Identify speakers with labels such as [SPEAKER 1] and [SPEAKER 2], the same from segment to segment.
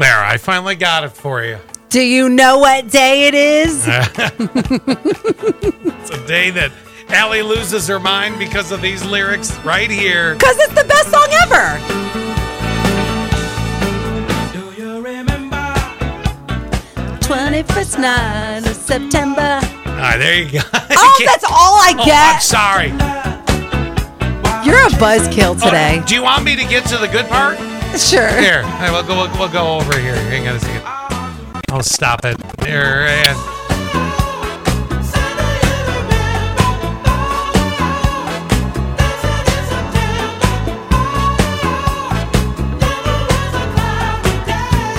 [SPEAKER 1] There, I finally got it for you.
[SPEAKER 2] Do you know what day it is?
[SPEAKER 1] It's a day that Allie loses her mind because of these lyrics right here.
[SPEAKER 2] Because it's the best song ever.
[SPEAKER 3] Do you remember?
[SPEAKER 2] 21st night of September.
[SPEAKER 1] All right, there you go.
[SPEAKER 2] Oh, that's all I
[SPEAKER 1] Oh, I'm
[SPEAKER 2] get.
[SPEAKER 1] sorry.
[SPEAKER 2] You're a buzzkill
[SPEAKER 1] Oh,
[SPEAKER 2] today.
[SPEAKER 1] do you want me to get to the good part?
[SPEAKER 2] Sure.
[SPEAKER 1] Here, all right, we'll go. We'll, we'll go over here. Hang on a second. Oh, stop it. There. And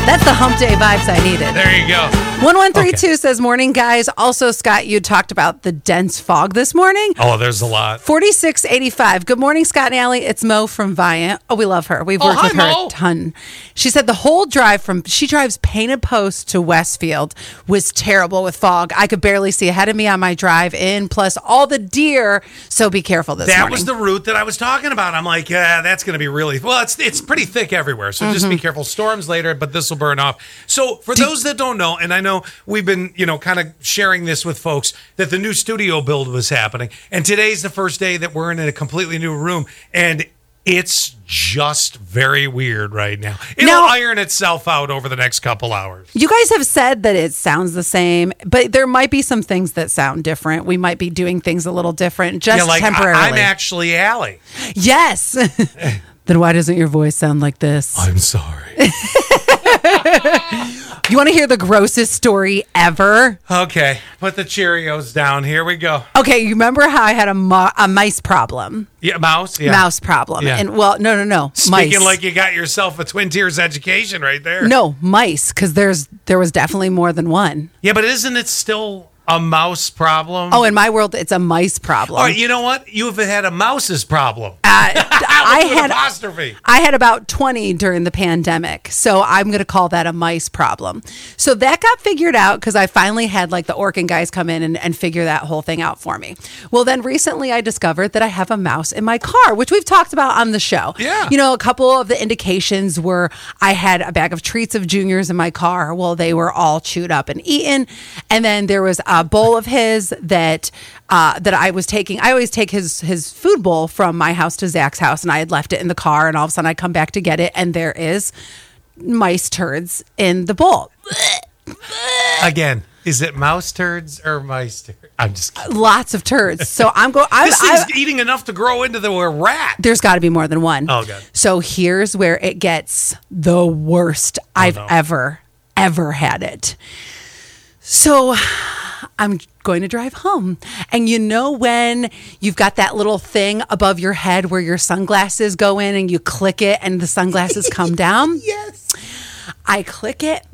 [SPEAKER 2] That's the hump day vibes I needed.
[SPEAKER 1] there you go.
[SPEAKER 2] 1132 says, Morning, guys. Also, Scott, you talked about the dense fog this morning.
[SPEAKER 1] Oh, there's a lot.
[SPEAKER 2] 4685. Good morning, Scott and Allie. It's Mo from Viant. Oh, we love her. We've
[SPEAKER 1] Oh,
[SPEAKER 2] worked
[SPEAKER 1] hi,
[SPEAKER 2] with her
[SPEAKER 1] Mo.
[SPEAKER 2] a ton. She said the whole drive from, she drives Painted Post to Westfield was terrible with fog. I could barely see ahead of me on my drive in, plus all the deer. So be careful this
[SPEAKER 1] That
[SPEAKER 2] morning.
[SPEAKER 1] was the route that I was talking about. I'm like, yeah, that's going to be really well. It's it's pretty thick everywhere, so just
[SPEAKER 2] Mm-hmm.
[SPEAKER 1] be careful. Storms later, but this will burn off. So for those that don't know, and I know we've been you know kind of sharing this with folks that the new studio build was happening, and today's the first day that we're in a completely new room, and it's just very weird right now. It'll
[SPEAKER 2] Now-
[SPEAKER 1] iron itself out over the next couple hours.
[SPEAKER 2] You guys have said that it sounds the same, but there might be some things that sound different. We might be doing things a little different, just
[SPEAKER 1] Yeah, like I-
[SPEAKER 2] temporarily.
[SPEAKER 1] I'm actually Allie.
[SPEAKER 2] yes. then why doesn't your voice sound like this?
[SPEAKER 1] I'm sorry.
[SPEAKER 2] You want to hear the grossest story ever?
[SPEAKER 1] okay, put the Cheerios down. Here we go.
[SPEAKER 2] Okay, you remember how I had a, mo- a mice problem,
[SPEAKER 1] Yeah, mouse. Yeah.
[SPEAKER 2] mouse problem,
[SPEAKER 1] Yeah.
[SPEAKER 2] and well, no, no, no,
[SPEAKER 1] Speaking
[SPEAKER 2] mice.
[SPEAKER 1] like you got yourself a twin tiers education right there.
[SPEAKER 2] no mice, because there's there was definitely more than one.
[SPEAKER 1] Yeah, but isn't it still a mouse problem?
[SPEAKER 2] Oh, in my world, it's a mice problem.
[SPEAKER 1] all right. You know what? You have had a mouse's problem.
[SPEAKER 2] Uh, I
[SPEAKER 1] With an
[SPEAKER 2] had
[SPEAKER 1] apostrophe.
[SPEAKER 2] I had about 20 during the pandemic. So I'm going to call that a mice problem. So that got figured out because I finally had like the Orkin guys come in and, and figure that whole thing out for me. Well, then recently I discovered that I have a mouse in my car, which we've talked about on the show.
[SPEAKER 1] Yeah.
[SPEAKER 2] You know, a couple of the indications were I had a bag of treats of juniors in my car. Well, they were all chewed up and eaten. And then there was a bowl of his that uh, that I was taking. I always take his his food bowl from my house to Zach's house, and I had left it in the car. And all of a sudden, I come back to get it, and there is mice turds in the bowl.
[SPEAKER 1] Again, is it mouse turds or mice turds? I'm just kidding.
[SPEAKER 2] Lots of turds. So I'm going.
[SPEAKER 1] This thing's eating enough to grow into the a rat.
[SPEAKER 2] there's got to be more than one.
[SPEAKER 1] Oh, God.
[SPEAKER 2] So here's where it gets the worst I've
[SPEAKER 1] Oh, no.
[SPEAKER 2] ever, ever had it. So I'm going to drive home. And you know when you've got that little thing above your head where your sunglasses go in and you click it and the sunglasses come down?
[SPEAKER 1] Yes.
[SPEAKER 2] I click it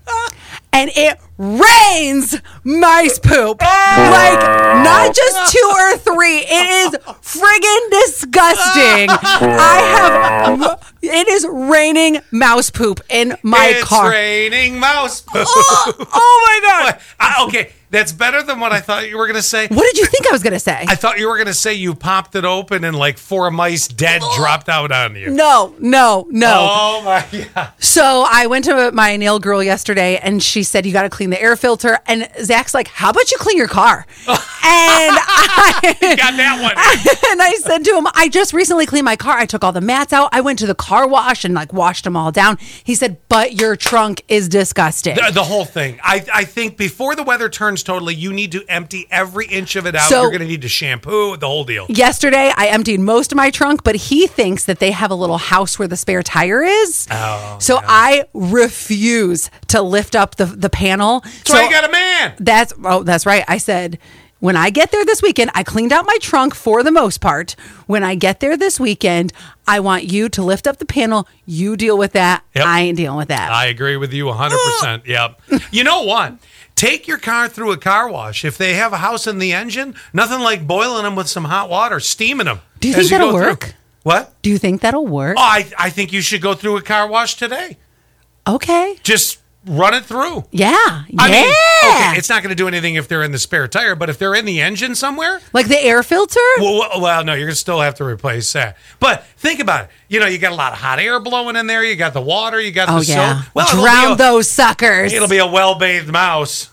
[SPEAKER 2] and it rains mice poop. Like, not just two or three. It is friggin' disgusting. I have, um, it is raining mouse poop in my
[SPEAKER 1] it's
[SPEAKER 2] car.
[SPEAKER 1] raining mouse poop.
[SPEAKER 2] Oh, oh my God.
[SPEAKER 1] I- okay, that's better than what I thought you were going to say.
[SPEAKER 2] What did you think I was going to say?
[SPEAKER 1] I thought you were going to say you popped it open and like four mice dead dropped out on you.
[SPEAKER 2] Oh. no, no, no.
[SPEAKER 1] Oh my god.
[SPEAKER 2] So I went to my nail girl yesterday and she said, You got to clean the air filter. And Zach's like, How about you clean your car? and I.
[SPEAKER 1] Got that one.
[SPEAKER 2] and I said to him, I just recently cleaned my car. I took all the mats out. I went to the car wash and like washed them all down. He said, But your trunk is disgusting.
[SPEAKER 1] The, the whole thing. I, I think before the weather turns totally, you need to empty every inch of it out.
[SPEAKER 2] So-
[SPEAKER 1] You're going to need to shampoo the whole deal.
[SPEAKER 2] Yesterday, I emptied most of my trunk, but he thinks that they have a little house where the spare tire is. Oh, so I refuse to lift up the, the panel.
[SPEAKER 1] That's why you got a man.
[SPEAKER 2] That's oh, that's right. I said when I get there this weekend, I cleaned out my trunk for the most part. When I get there this weekend, I want you to lift up the panel. You deal with that.
[SPEAKER 1] Yep.
[SPEAKER 2] I ain't dealing with that.
[SPEAKER 1] I agree with you 100%. yep. You know what? Take your car through a car wash. If they have a house in the engine, nothing like boiling them with some hot water, steaming them.
[SPEAKER 2] Do you think that'll work?
[SPEAKER 1] What?
[SPEAKER 2] Do you think that'll work?
[SPEAKER 1] Oh, I, I think you should go through a car wash today.
[SPEAKER 2] Okay.
[SPEAKER 1] Just run it through.
[SPEAKER 2] Yeah.
[SPEAKER 1] I
[SPEAKER 2] yeah.
[SPEAKER 1] mean, okay, it's not going to do anything if they're in the spare tire, but if they're in the engine somewhere,
[SPEAKER 2] like the air filter?
[SPEAKER 1] well, well, well, no, you're gonna still have to replace that. But think about it. You know, you got a lot of hot air blowing in there. You got the water. You got
[SPEAKER 2] oh
[SPEAKER 1] the
[SPEAKER 2] yeah.
[SPEAKER 1] soap. Well, it'll be
[SPEAKER 2] Drown
[SPEAKER 1] a-
[SPEAKER 2] those suckers.
[SPEAKER 1] It'll be a well bathed mouse.